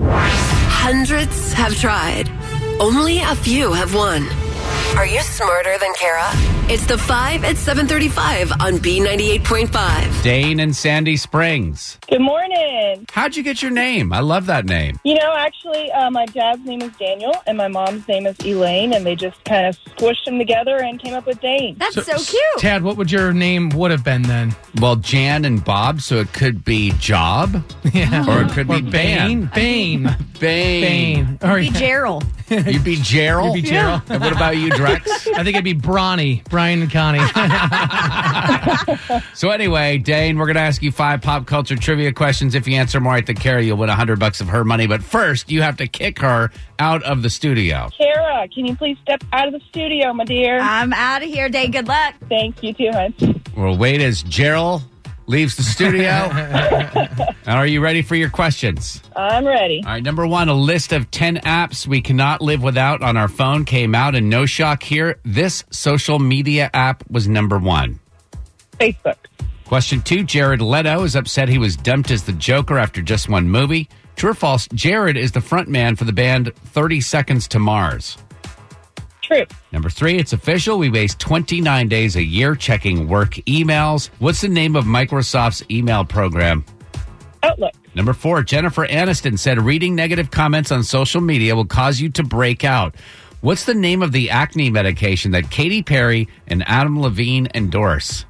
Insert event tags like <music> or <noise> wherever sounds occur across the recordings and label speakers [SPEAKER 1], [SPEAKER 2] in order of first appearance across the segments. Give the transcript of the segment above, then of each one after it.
[SPEAKER 1] Hundreds have tried. Only a few have won. Are you smarter than Kara? It's the 5 at 735 on B98.5.
[SPEAKER 2] Dane and Sandy Springs.
[SPEAKER 3] Good morning.
[SPEAKER 2] How'd you get your name? I love that name.
[SPEAKER 3] You know, actually, uh, my dad's name is Daniel and my mom's name is Elaine, and they just kind of squished them together and came up with Dane.
[SPEAKER 4] That's so, cute.
[SPEAKER 5] Tad, what would your name would have been then? <laughs>
[SPEAKER 2] Well, Jan and Bob, so it could be Job
[SPEAKER 5] Yeah.
[SPEAKER 2] or it could
[SPEAKER 5] Or
[SPEAKER 2] be
[SPEAKER 5] Bane.
[SPEAKER 2] Ban.
[SPEAKER 5] Bane.
[SPEAKER 2] Bane.
[SPEAKER 5] Bane. Or
[SPEAKER 4] Be <laughs> Gerald.
[SPEAKER 2] You'd be Gerald.
[SPEAKER 5] You'd be Gerald.
[SPEAKER 2] And what about you, Drex?
[SPEAKER 5] I think it'd be Bronny, Brian and Connie.
[SPEAKER 2] so anyway, Dane, we're gonna ask you five pop culture trivia questions. If you answer more right than Carrie, you'll win hundred bucks of her money. But first, you have to kick her out of the studio.
[SPEAKER 3] Kara, can you please step out of the studio, my dear?
[SPEAKER 4] I'm out of here, Dane. Good luck.
[SPEAKER 3] Thank you too, hun.
[SPEAKER 2] We'll wait as Gerald leaves the
[SPEAKER 5] <laughs>
[SPEAKER 2] studio. and are you ready for your questions?
[SPEAKER 3] I'm ready.
[SPEAKER 2] All right, number one, a list of 10 apps we cannot live without on our phone came out, and no shock here. This social media app was number one.
[SPEAKER 3] Facebook.
[SPEAKER 2] Question two Jared Leto is upset he was dumped as the Joker after just one movie. True or false, Jared is the frontman for the band 30 Seconds to Mars.
[SPEAKER 3] True.
[SPEAKER 2] Number three, it's official. We waste 29 days a year checking work emails. What's the name of Microsoft's email program?
[SPEAKER 3] Outlook.
[SPEAKER 2] Number four, Jennifer Aniston said reading negative comments on social media will cause you to break out. What's the name of the acne medication that Katy Perry and Adam Levine endorse?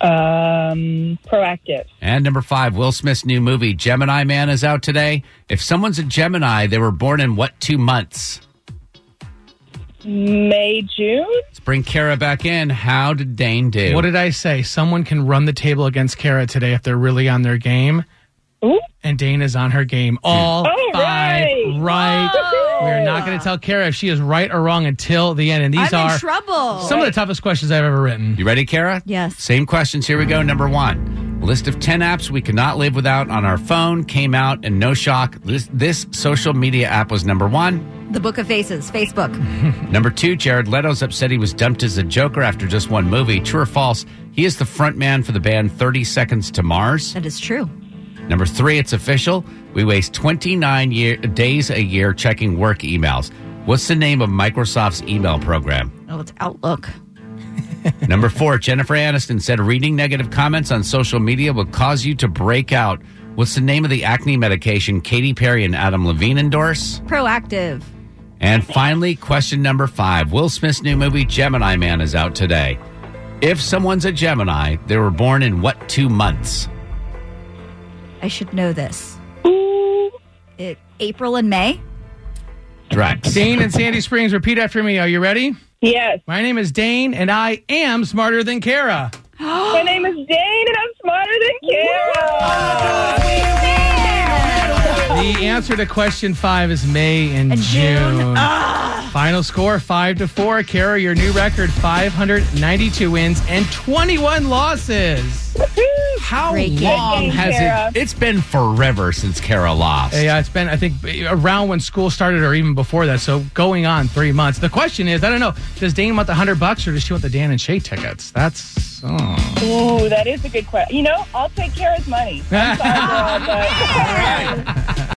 [SPEAKER 3] Um, proactive.
[SPEAKER 2] And number five, Will Smith's new movie, Gemini Man, is out today. If someone's a Gemini, they were born in what two months?
[SPEAKER 3] May, June?
[SPEAKER 2] Let's bring Kara back in. How did Dane do?
[SPEAKER 5] what did I say? Someone can run the table against Kara today if they're really on their game.
[SPEAKER 3] Ooh.
[SPEAKER 5] And Dane is on her game. All
[SPEAKER 3] All
[SPEAKER 5] five
[SPEAKER 3] right.
[SPEAKER 5] right. We are not going to tell Kara if she is right or wrong until the end. And these
[SPEAKER 4] I'm
[SPEAKER 5] are
[SPEAKER 4] in trouble.
[SPEAKER 5] some of the toughest questions I've ever written.
[SPEAKER 2] you ready, Kara?
[SPEAKER 4] Yes.
[SPEAKER 2] Same questions. Here we go. Number one. List of 10 apps we could not live without on our phone came out, and no shock, this, this social media app was number one.
[SPEAKER 4] the Book of Faces, Facebook.
[SPEAKER 2] Number two, Jared Leto's upset he was dumped as a Joker after just one movie. True or false? He is the frontman for the band 30 Seconds to Mars.
[SPEAKER 4] That is true.
[SPEAKER 2] Number three, it's official. We waste 29 year, days a year checking work emails. What's the name of Microsoft's email program?
[SPEAKER 4] Oh, it's Outlook.
[SPEAKER 2] Number four, Jennifer Aniston said reading negative comments on social media will cause you to break out. What's the name of the acne medication Katy Perry and Adam Levine endorse?
[SPEAKER 4] Proactive.
[SPEAKER 2] And finally, question number five Will Smith's new movie, Gemini Man, is out today. If someone's a Gemini, they were born in what two months?
[SPEAKER 4] I should know this.
[SPEAKER 3] Ooh.
[SPEAKER 4] It, April and May.
[SPEAKER 2] Drex.
[SPEAKER 5] Dane and Sandy Springs, repeat after me. Are you ready?
[SPEAKER 3] Yes.
[SPEAKER 5] My name is Dane, and I am smarter than Kara.
[SPEAKER 3] My name is Dane and I'm smarter than Kara.
[SPEAKER 5] The answer to question five is May and,
[SPEAKER 4] And June. Ah!
[SPEAKER 5] Final score five to four. Kara, your new record: five hundred ninety-two wins and twenty-one losses.
[SPEAKER 2] How
[SPEAKER 4] Great game.
[SPEAKER 2] long
[SPEAKER 3] Good game,
[SPEAKER 2] has
[SPEAKER 3] Kara.
[SPEAKER 2] it? It's been forever since Kara lost.
[SPEAKER 5] Yeah, it's been I think around when school started or even before that. So going on three months. The question is, I don't know, does Dane want the hundred bucks or does she want the Dan and Shay tickets? That's oh.
[SPEAKER 3] Ooh, that is a good question. You know, I'll take Kara's money. I'm sorry, girl, but